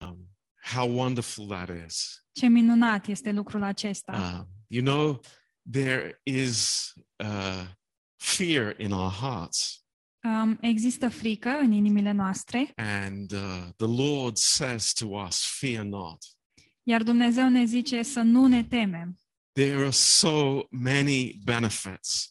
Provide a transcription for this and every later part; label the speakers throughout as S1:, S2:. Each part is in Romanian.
S1: um, how wonderful that is.
S2: Ce minunat este lucrul acesta.
S1: Uh, you know, there is uh, fear in our hearts,
S2: Um, există frică în inimile noastre,
S1: and uh, the Lord says to us, Fear not.
S2: iar Dumnezeu ne zice să nu ne temem.
S1: There are so many benefits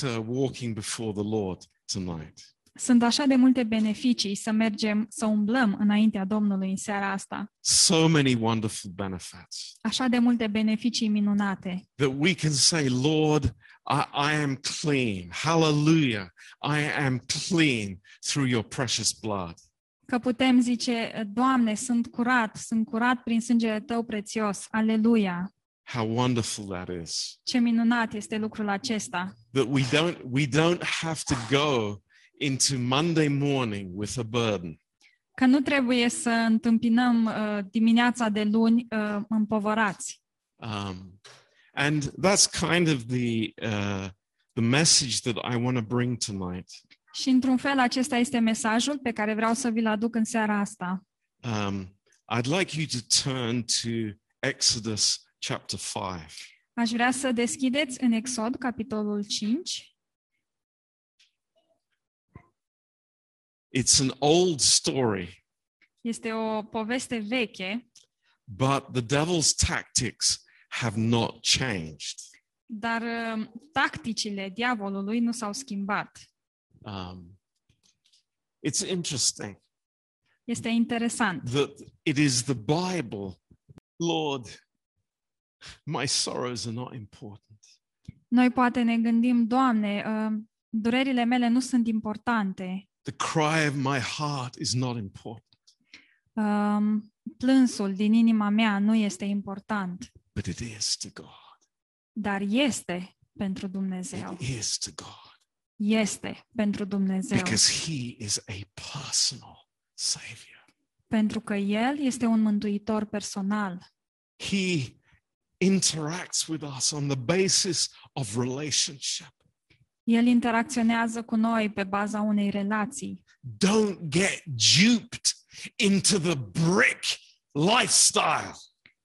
S1: to walking before the Lord tonight.
S2: Sunt așa de multe beneficii să mergem, să umblăm înaintea Domnului în seara asta.
S1: So many wonderful benefits
S2: Așa de multe beneficii minunate,
S1: that we can say, Lord, I, I am clean. Hallelujah. I am clean through your precious blood.
S2: că putem zice, Doamne, sunt curat, sunt curat prin sângele Tău prețios, aleluia!
S1: How wonderful that is.
S2: Ce minunat este lucrul acesta!
S1: that we don't we don't have to go into Monday morning with a burden.
S2: Că nu trebuie să întâmpinăm uh, dimineața de luni uh, împovărați.
S1: Um, and that's kind of the uh, the message that I want to bring tonight.
S2: Și într-un fel acesta este mesajul pe care vreau să vi-l aduc în seara asta.
S1: Um, I'd like you to turn to Exodus chapter five.
S2: Aș vrea să deschideți în Exod, capitolul 5.
S1: It's an old story,
S2: Este o poveste veche,
S1: but the devil's tactics have not changed.
S2: dar uh, tacticile diavolului nu s-au schimbat.
S1: Um, it's interesting.
S2: Este interesant.
S1: that it is the Bible. Lord, my sorrows are not important.
S2: Noi poate ne gândim, Doamne, uh, durerile mele nu sunt importante,
S1: The cry of my heart is not important.
S2: uh, plânsul din inima mea nu este important,
S1: But it is to God.
S2: dar este pentru Dumnezeu.
S1: It is to God.
S2: Este pentru Dumnezeu.
S1: Because He is a personal Savior.
S2: Pentru că El este un mântuitor personal.
S1: He interacts with us on the basis of relationship.
S2: El interacționează cu noi pe baza unei relații.
S1: Don't get duped into the brick lifestyle.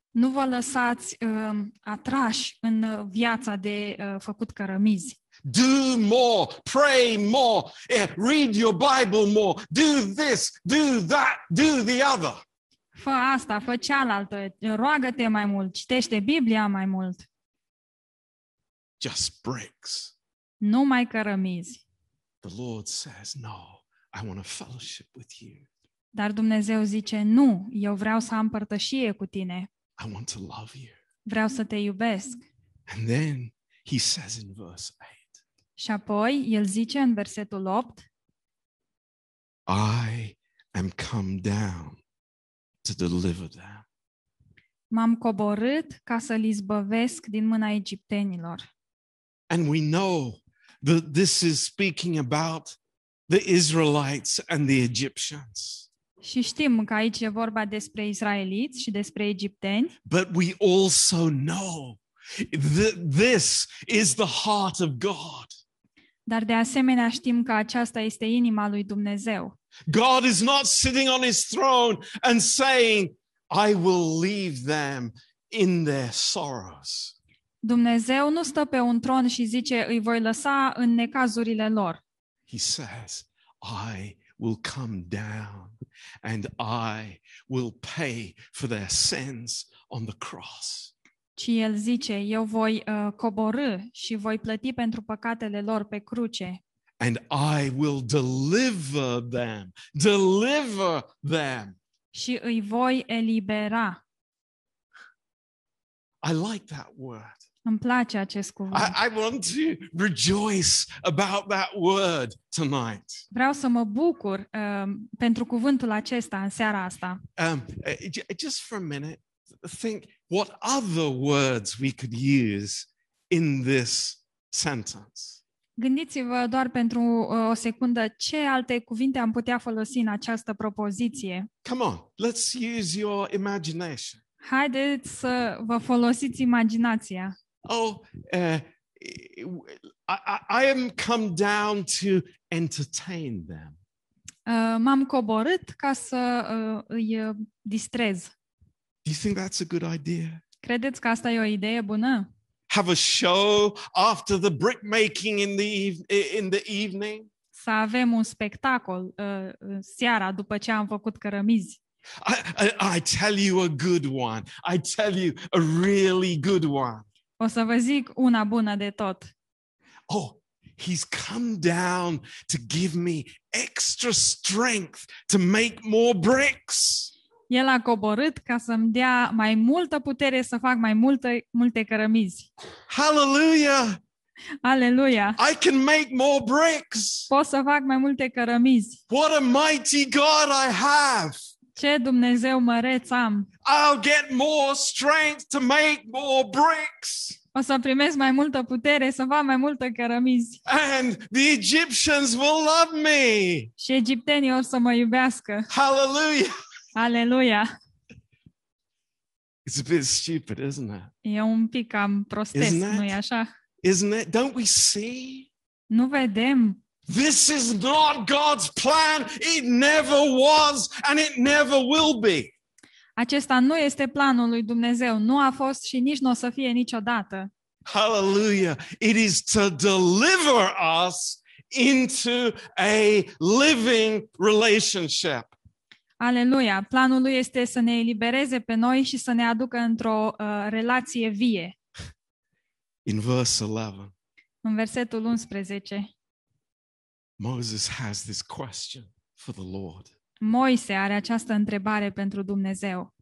S2: Nu vă lăsați uh, atrași în uh, viața de uh, făcut cărămizi.
S1: Do more, pray more, eh, read your Bible more, do this, do that, do the other.
S2: Fă asta, fă cealaltă, roagă-te mai mult, citește Biblia mai mult.
S1: Just bricks.
S2: Nu mai cărămizi.
S1: The Lord says, No, I want a fellowship with you.
S2: Dar Dumnezeu zice, nu, eu vreau să am părtășie cu tine,
S1: I want to love you.
S2: vreau să te iubesc.
S1: And then he says in verse 8,
S2: Și apoi el zice în versetul 8,
S1: I am come down to deliver them.
S2: m-am coborât ca să-l izbăvesc din mâna egiptenilor.
S1: And we know that this is speaking about the Israelites and the Egyptians.
S2: Și știm că aici e vorba despre israeliți și despre egipteni,
S1: But we also know that this is the heart of God.
S2: dar de asemenea știm că aceasta este inima lui Dumnezeu.
S1: God is not sitting on his throne and saying, I will leave them in their sorrows.
S2: Dumnezeu nu stă pe un tron și zice, îi voi lăsa în necazurile lor.
S1: He says, I will come down and I will pay for their sins on the cross.
S2: Ci el zice, eu voi uh, coborâ și voi plăti pentru păcatele lor pe cruce
S1: And I will deliver them, deliver them.
S2: și îi voi elibera.
S1: I like that word.
S2: Îmi place acest cuvânt.
S1: I, I want to rejoice about that word tonight.
S2: Vreau să mă bucur uh, pentru cuvântul acesta în seara asta.
S1: Um, uh, j- just for a minute, think what other words we could use in this sentence.
S2: Gândiți-vă doar pentru uh, o secundă ce alte cuvinte am putea folosi în această propoziție.
S1: Come on, let's use your imagination.
S2: Haideți să vă folosiți imaginația.
S1: Oh, uh, I, I, I am come down to entertain them.
S2: Uh, M-am coborât ca să uh, îi uh, distrez.
S1: Do you think that's a good idea?
S2: Credeți că asta e o idee bună?
S1: Have a show after the brickmaking in the eve- in the evening.
S2: Să avem un spectacol uh, seara după ce am făcut cărămizi.
S1: I, I, I tell you a good one. I tell you a really good one.
S2: O să vă zic una bună de tot.
S1: Oh, he's come down to give me extra strength to make more bricks.
S2: El a coborât ca să-mi dea mai multă putere să fac mai multe, multe cărămizi.
S1: Hallelujah!
S2: Aleluia!
S1: I can make more bricks.
S2: Pot să fac mai multe cărămizi.
S1: What a mighty God I have!
S2: Ce Dumnezeu măreț am!
S1: I'll get more strength to make more bricks.
S2: O să primesc mai multă putere să fac mai multe cărămizi.
S1: And the Egyptians will love me.
S2: Și egiptenii o să mă iubească.
S1: Hallelujah!
S2: Aleluia!
S1: It's a bit stupid, isn't it?
S2: E un pic cam prostesc,
S1: Isn't it?
S2: nu-i așa?
S1: Isn't it? Don't we see?
S2: Nu vedem.
S1: This is not God's plan. It never was and it never will be.
S2: Acesta nu este planul lui Dumnezeu. Nu a fost și nici nu o să fie niciodată.
S1: Hallelujah. It is to deliver us into a living relationship.
S2: Aleluia! Planul lui este să ne elibereze pe noi și să ne aducă într-o uh, relație vie.
S1: In verse 11,
S2: În versetul 11,
S1: Moses has this question for the Lord
S2: Moise are această întrebare pentru Dumnezeu.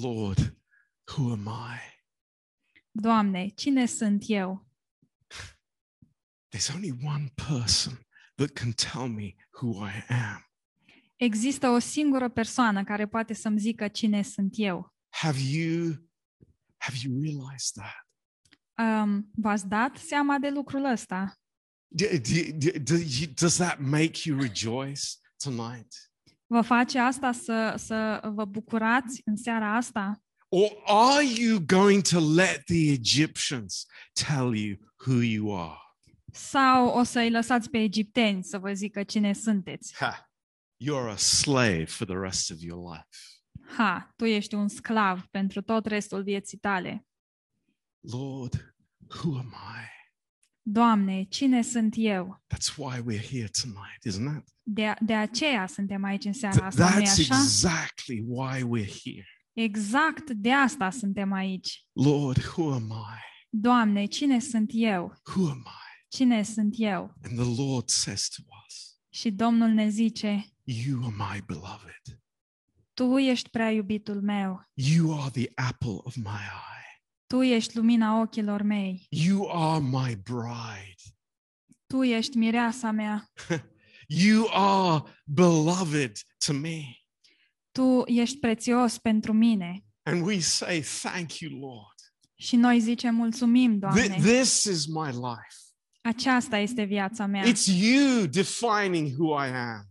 S1: Lord, who am I?
S2: Doamne, cine sunt eu?
S1: There's only one person that can tell me who I am.
S2: Există o singură persoană care poate să-mi zică cine sunt eu.
S1: Have you have you realized that?
S2: Um, v-ați dat seama de lucrul ăsta?
S1: Do- do- do- do you- does that make you rejoice tonight?
S2: Vă face asta să, să vă bucurați în seara asta?
S1: Or are you going to let the Egyptians tell you who you are?
S2: Sau o să-i lăsați pe egipteni să vă zică cine sunteți?
S1: Ha, you're a slave for the rest of your life.
S2: Ha, tu ești un sclav pentru tot restul vieții tale.
S1: Lord, who am I?
S2: Doamne, cine sunt eu?
S1: That's why we're here tonight, isn't it?
S2: De, de aceea suntem aici în seara
S1: Th-
S2: asta, nu
S1: That's
S2: așa?
S1: exactly why we're here.
S2: Exact de asta suntem aici.
S1: Lord, who am I?
S2: Doamne, cine sunt eu?
S1: Who am I?
S2: Cine sunt eu?
S1: And the Lord says to us,
S2: Și Domnul ne zice,
S1: You are my beloved.
S2: Tu ești prea iubitul meu,
S1: You are the apple of my eye.
S2: Tu ești lumina ochilor mei,
S1: You are my bride.
S2: Tu ești mireasa mea,
S1: You are beloved to me.
S2: Tu ești prețios pentru mine.
S1: And we say, Thank you, Lord.
S2: Și noi zicem mulțumim,
S1: Th-
S2: Doamne,
S1: this is my life.
S2: aceasta este viața mea.
S1: It's you defining who I am.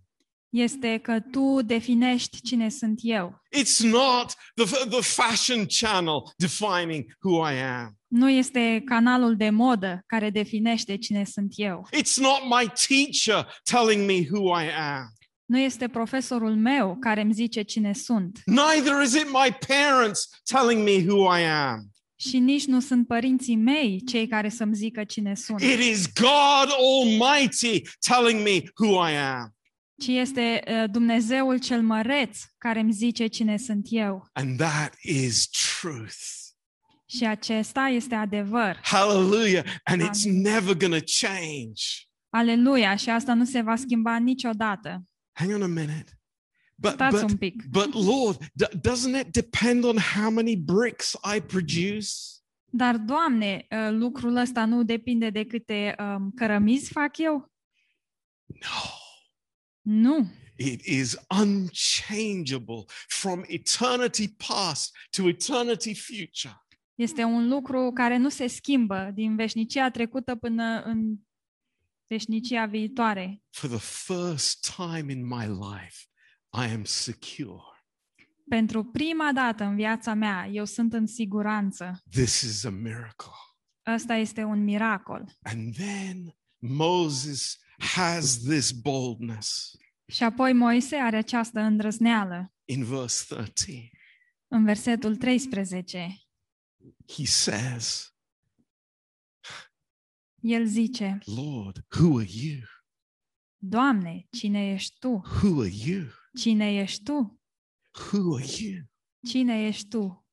S2: Este că Tu definești cine sunt eu.
S1: It's not the, f- the fashion channel defining who I am.
S2: Nu este canalul de modă care definește cine sunt eu.
S1: It's not my teacher telling me who I am.
S2: Nu este profesorul meu care îmi zice cine sunt.
S1: Neither is it my parents telling me who I am.
S2: Și nici nu sunt părinții mei cei care să-mi zică cine sunt,
S1: It is God Almighty telling me who I am.
S2: ci este uh, Dumnezeul cel măreț care îmi zice cine sunt eu.
S1: And that is truth.
S2: Și acesta este adevăr.
S1: Hallelujah. And it's never going to change.
S2: Aleluia! Și asta nu se va schimba niciodată.
S1: Hang on a minute. But,
S2: Stați
S1: but,
S2: un pic.
S1: but Lord, d- doesn't it depend on how many bricks I produce?
S2: Dar, Doamne, uh, lucrul ăsta nu depinde de câte um, cărămizi fac eu?
S1: No.
S2: Nu.
S1: It is unchangeable from eternity past to eternity future.
S2: Este un lucru care nu se schimbă din veșnicia trecută până în veșnicia viitoare.
S1: For the first time in my life, I am secure.
S2: Pentru prima dată în viața mea, eu sunt în siguranță.
S1: This is a miracle.
S2: Ăsta este un miracol.
S1: And then Moses has this boldness
S2: Și apoi Moise are această îndrăzneală
S1: in verse 13.
S2: în versetul 13,
S1: He says,
S2: el zice,
S1: Lord, who are you?
S2: Doamne, cine ești Tu?
S1: Who are you?
S2: Cine ești Tu?
S1: Who are you?
S2: Cine ești Tu?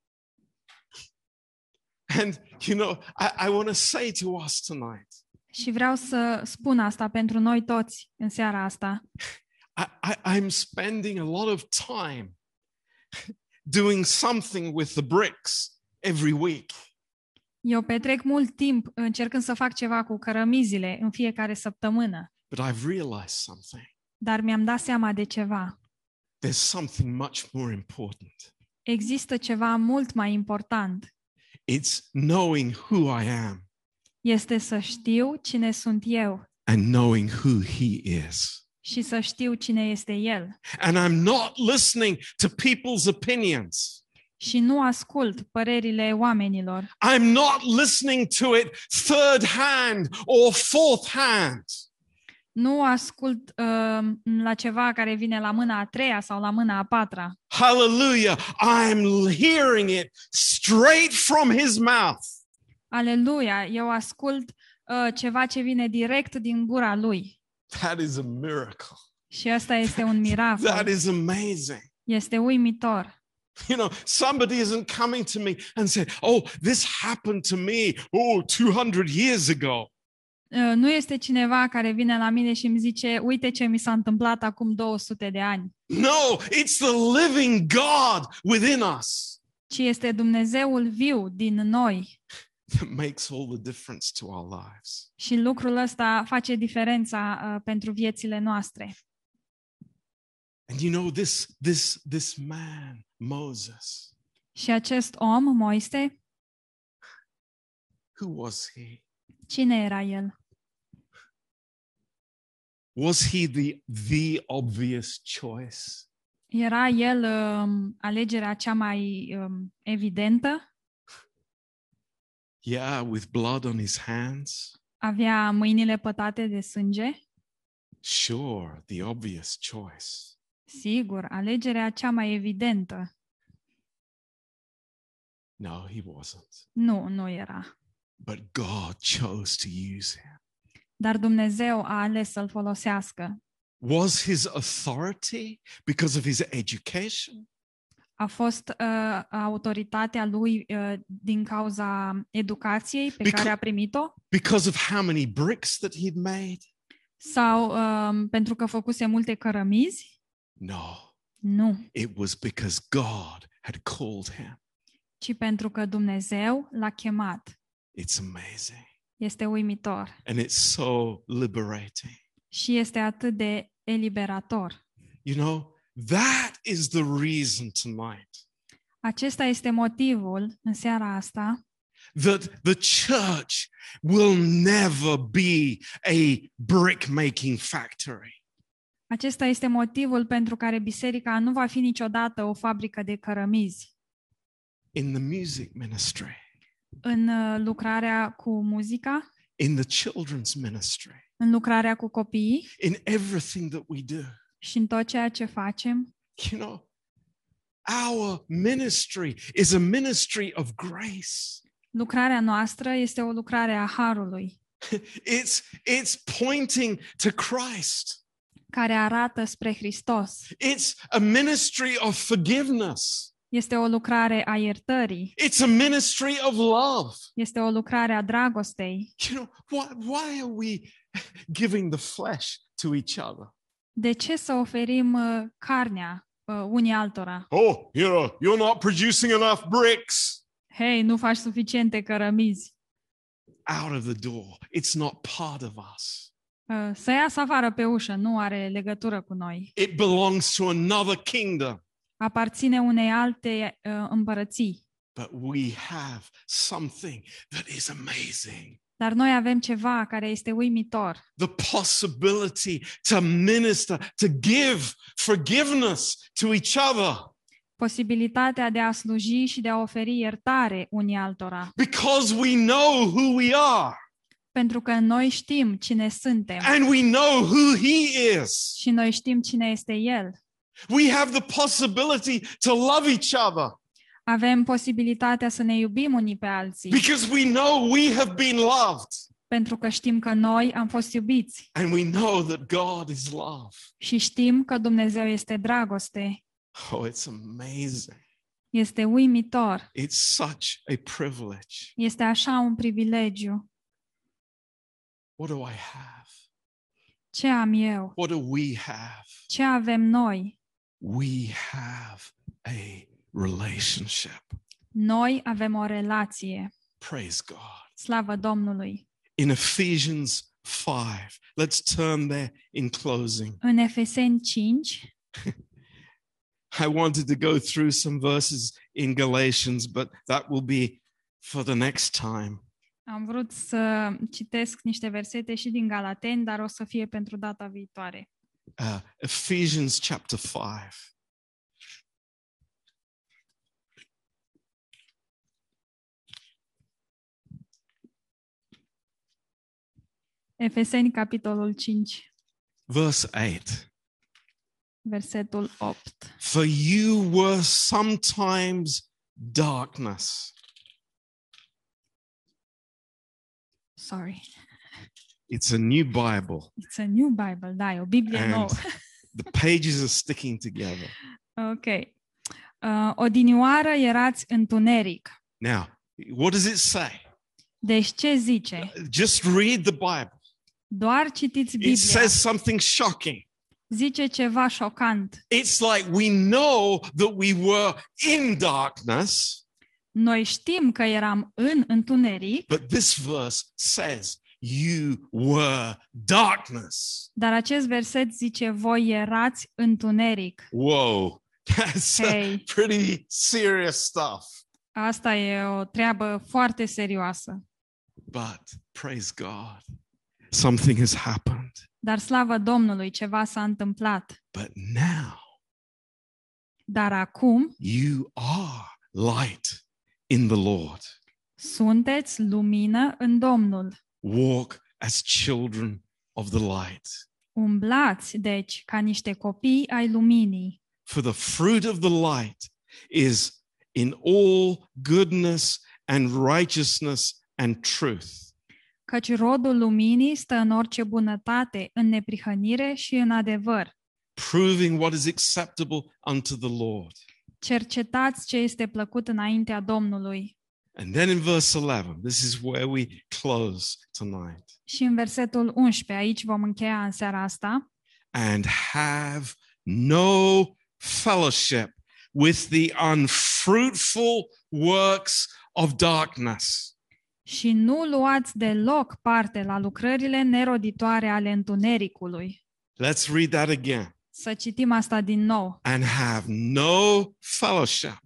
S1: And, you know, I, I want to say to us tonight,
S2: Și vreau să spun asta pentru noi toți în seara asta.
S1: I, I, I'm spending a lot of time doing something with the bricks every week.
S2: Eu petrec mult timp încercând să fac ceva cu cărămizile în fiecare săptămână,
S1: But I've realized something.
S2: dar mi-am dat seama de ceva.
S1: There's something much more important.
S2: Există ceva mult mai important.
S1: It's knowing who I am
S2: Este să știu cine sunt eu
S1: and knowing who He is.
S2: și să știu cine este El.
S1: And I'm not listening to people's opinions.
S2: Și nu ascult părerile oamenilor.
S1: I'm not listening to it third hand or fourth hand.
S2: Nu ascult uh, la ceva care vine la mâna a treia sau la mâna a patra.
S1: Hallelujah. I'm hearing it straight from His mouth.
S2: Aleluia! Eu ascult uh, ceva ce vine direct din gura lui.
S1: That is a miracle.
S2: Și asta este un miracol.
S1: That is amazing.
S2: Este uimitor.
S1: You know, somebody isn't coming to me and saying, Oh, this happened to me, oh, 200 years ago.
S2: Uh, Nu este cineva care vine la mine și îmi zice, uite ce mi s-a întâmplat acum 200 de ani,
S1: No, it's the living God within us
S2: ci este Dumnezeul viu din noi.
S1: that makes all the difference to our lives.
S2: Și lucrul ăsta face diferența uh, pentru viețile noastre.
S1: And you know, this, this, this man, Moses,
S2: Și acest om, Moise,
S1: who was he?
S2: cine era el?
S1: Was he the, the obvious choice?
S2: Era el um, alegerea cea mai um, evidentă?
S1: Yeah, with blood on his hands.
S2: Avea mâinile pătate de sânge?
S1: Sure, the obvious choice.
S2: Sigur, alegerea cea mai evidentă.
S1: No, he wasn't.
S2: Nu, nu era.
S1: But God chose to use him.
S2: Dar Dumnezeu a ales să-l folosească.
S1: Was his authority because of his education?
S2: A fost uh, autoritatea lui uh, din cauza educației pe
S1: Because-
S2: care a primit-o?
S1: Because of how many bricks that he'd made?
S2: Sau um, pentru că făcuse multe cărămizi?
S1: No,
S2: Nu,
S1: it was because God had called him.
S2: ci pentru că Dumnezeu l-a chemat.
S1: It's amazing.
S2: Este uimitor
S1: And it's so liberating.
S2: și este atât de eliberator.
S1: You know, that is the reason tonight
S2: Acesta este motivul în seara asta
S1: that the church will never be a brick making factory.
S2: Acesta este motivul pentru care biserica nu va fi niciodată o fabrică de cărămizi.
S1: In the music ministry,
S2: În uh, lucrarea cu muzica,
S1: in the children's ministry,
S2: în lucrarea cu copiii
S1: in everything that we do.
S2: și în tot ceea ce facem,
S1: You know, our ministry is a ministry of grace.
S2: lucrarea noastră este o lucrare a harului,
S1: It's it's pointing to Christ.
S2: care arată spre Hristos.
S1: It's a ministry of forgiveness.
S2: Este o lucrare a iertării,
S1: It's a ministry of love.
S2: este o lucrare a dragostei.
S1: You know, why why are we giving the flesh to each other?
S2: De ce să oferim uh, carnea uh, unii altora?
S1: Oh, you know, you're not producing enough bricks.
S2: Hei, nu faci suficiente cărămizi.
S1: Out of the door. It's not part of us.
S2: Uh, Să iasă afară pe ușă, nu are legătură cu noi.
S1: It belongs to another kingdom.
S2: aparține unei alte uh, împărății.
S1: But we have something that is amazing
S2: Dar noi avem ceva care este uimitor.
S1: the possibility to minister, to give forgiveness to each other
S2: Posibilitatea de a sluji și de a oferi iertare unii altora.
S1: because we know who we are
S2: Pentru că noi știm cine suntem
S1: and we know who He is.
S2: și noi știm cine este El.
S1: We have the possibility to love each other
S2: Avem posibilitatea să ne iubim unii pe alții,
S1: because we know we have been loved
S2: pentru că știm că noi am fost iubiți
S1: and we know that God is love.
S2: și știm că Dumnezeu este dragoste.
S1: Oh, it's amazing.
S2: Este uimitor.
S1: It's such a privilege.
S2: Este așa un privilegiu.
S1: What do I have?
S2: Ce am eu?
S1: What do we have?
S2: Ce avem noi?
S1: We have a relationship.
S2: Noi avem o relație.
S1: Praise God.
S2: Slavă Domnului!
S1: in Ephesians 5. Let's turn there in closing.
S2: În Efeseni 5,
S1: I wanted to go through some verses in Galatians, but that will be for the next time.
S2: am vrut să citesc niște versete și din Galateni, dar o să fie pentru data viitoare.
S1: Uh, Ephesians chapter 5.
S2: Efeseni, capitolul 5,
S1: Verse 8.
S2: versetul 8.
S1: For you were sometimes darkness.
S2: Sorry,
S1: It's a new Bible,
S2: it's a new Bible, da, e o Biblie
S1: And-
S2: nouă.
S1: the pages are sticking together.
S2: Ok. Uh, odinioară erați întuneric.
S1: Now, what does it say?
S2: Deci ce zice?
S1: Just read the Bible.
S2: Doar citiți
S1: It
S2: Biblia.
S1: says something shocking.
S2: Zice ceva șocant.
S1: It's like we know that we were in darkness,
S2: Noi știm că eram în întuneric,
S1: but this verse says you were darkness.
S2: Dar acest verset zice, voi erați întuneric.
S1: Whoa, that's uh,
S2: Hei,
S1: pretty serious stuff.
S2: asta e o treabă foarte serioasă.
S1: But praise God, something has happened.
S2: Dar slavă Domnului, ceva s-a întâmplat.
S1: But now
S2: Dar acum
S1: you are light in the Lord.
S2: sunteți lumină în Domnul.
S1: Walk as children of the light.
S2: Umblați, deci, ca niște copii ai luminii.
S1: For the fruit of the light is in all goodness and righteousness and truth,
S2: Căci rodul luminii stă în orice bunătate, în neprihănire și în adevăr.
S1: proving what is acceptable unto the Lord.
S2: Cercetați ce este plăcut înaintea Domnului.
S1: And then in verse 11, this is where we close tonight.
S2: Și în versetul 11, aici vom încheia în seara asta,
S1: And have no fellowship with the unfruitful works of darkness.
S2: și nu luați deloc parte la lucrările neroditoare ale întunericului.
S1: Let's read that again.
S2: Să citim asta din nou.
S1: and have no fellowship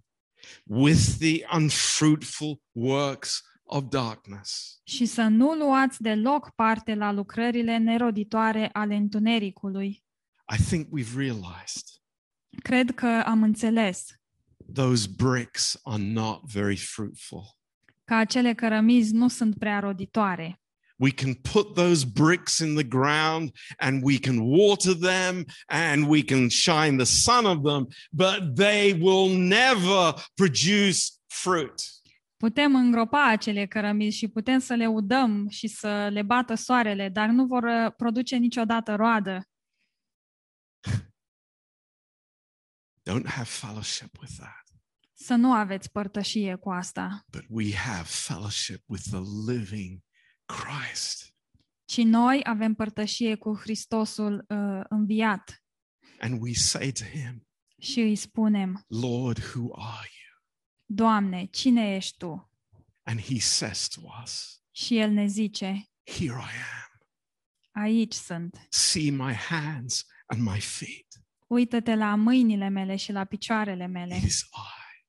S1: with the unfruitful works of darkness.
S2: Și să nu luați deloc parte la lucrările neroditoare ale întunericului.
S1: I think we've realized
S2: Cred că am înțeles
S1: those bricks are not very fruitful.
S2: că acele cărămizi nu sunt prea roditoare.
S1: We can put those bricks in the ground and we can water them and we can shine the sun of them, but they will never produce fruit.
S2: Putem îngropa acele cărămizi și putem să le udăm și să le bată soarele, dar nu vor uh, produce niciodată roadă.
S1: Don't have fellowship with that,
S2: Să nu aveți părtășie cu asta,
S1: but we have fellowship with the living Christ.
S2: ci noi avem părtășie cu Hristosul uh, înviat.
S1: And we say to him,
S2: și îi spunem,
S1: Lord, who are you?
S2: Doamne, cine ești Tu?
S1: And he says to us,
S2: Și El ne zice,
S1: Here I am.
S2: aici sunt,
S1: See my hands and my feet.
S2: uită-te la mâinile mele și la picioarele mele,
S1: It is I.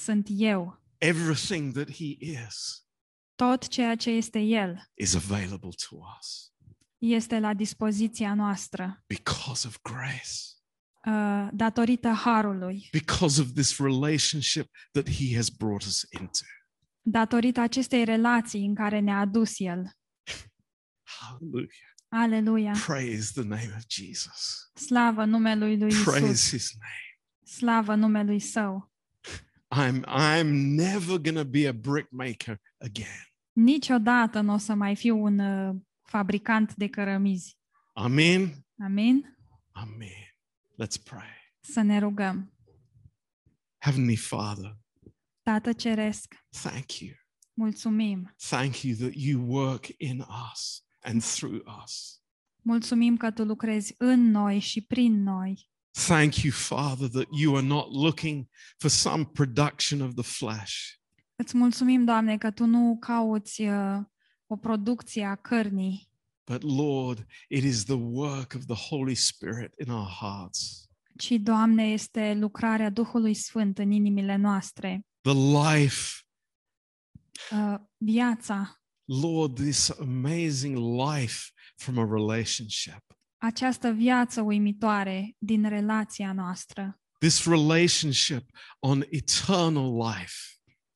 S2: sunt eu.
S1: Everything that he is
S2: Tot ceea ce este El
S1: is available to us
S2: este la dispoziția noastră,
S1: because of grace,
S2: uh, datorită Harului,
S1: because of this relationship that he has brought us into.
S2: datorită acestei relații în care ne-a adus El.
S1: Hallelujah.
S2: Aleluia!
S1: Praise the name of Jesus.
S2: Slavă numelui Lui Isus!
S1: Praise his name.
S2: Slavă numelui Său!
S1: I'm, I'm never going to be a brickmaker again.
S2: Niciodată nu o să mai fiu un uh, fabricant de cărămizi.
S1: Amen.
S2: Amin?
S1: Amen. Let's pray.
S2: Să ne rugăm.
S1: Heavenly Father,
S2: Tată Ceresc,
S1: thank you.
S2: mulțumim.
S1: Thank you that you work in us and through us.
S2: Mulțumim că Tu lucrezi în noi și prin noi.
S1: Thank you, Father, that you are not looking for some production of the flesh,
S2: Îți mulțumim, Doamne, că Tu nu cauți uh, o producție a cărnii,
S1: but Lord, it is the work of the Holy Spirit in our hearts,
S2: ci, Doamne, este lucrarea Duhului Sfânt în inimile noastre.
S1: the life,
S2: Uh, Viața,
S1: Lord, this amazing life from a relationship.
S2: această viață uimitoare din relația noastră,
S1: This relationship on eternal life.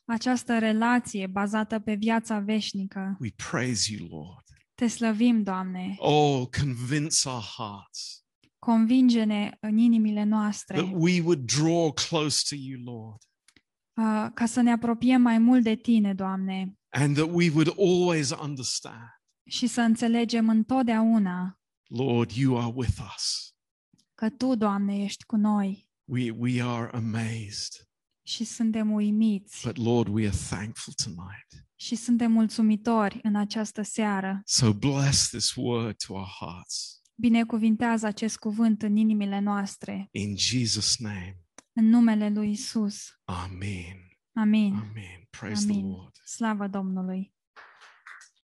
S2: această relație bazată pe viața veșnică.
S1: We praise you, Lord.
S2: Te slăvim, Doamne,
S1: Oh, convince our hearts
S2: convinge-ne în inimile noastre
S1: that we would draw close to you, Lord.
S2: uh, ca să ne apropiem mai mult de Tine, Doamne,
S1: and that we would always understand,
S2: și să înțelegem întotdeauna
S1: Lord, you are with us.
S2: că Tu, Doamne, ești cu noi
S1: We, we are amazed,
S2: și suntem uimiți
S1: but Lord, we are thankful tonight.
S2: și suntem mulțumitori în această seară.
S1: So bless this word to our hearts.
S2: Binecuvintează acest cuvânt în inimile noastre,
S1: In Jesus' name,
S2: în numele Lui Isus.
S1: Amen.
S2: Amin.
S1: Amen. Praise the
S2: Amen.
S1: Lord.
S2: Slavă Domnului!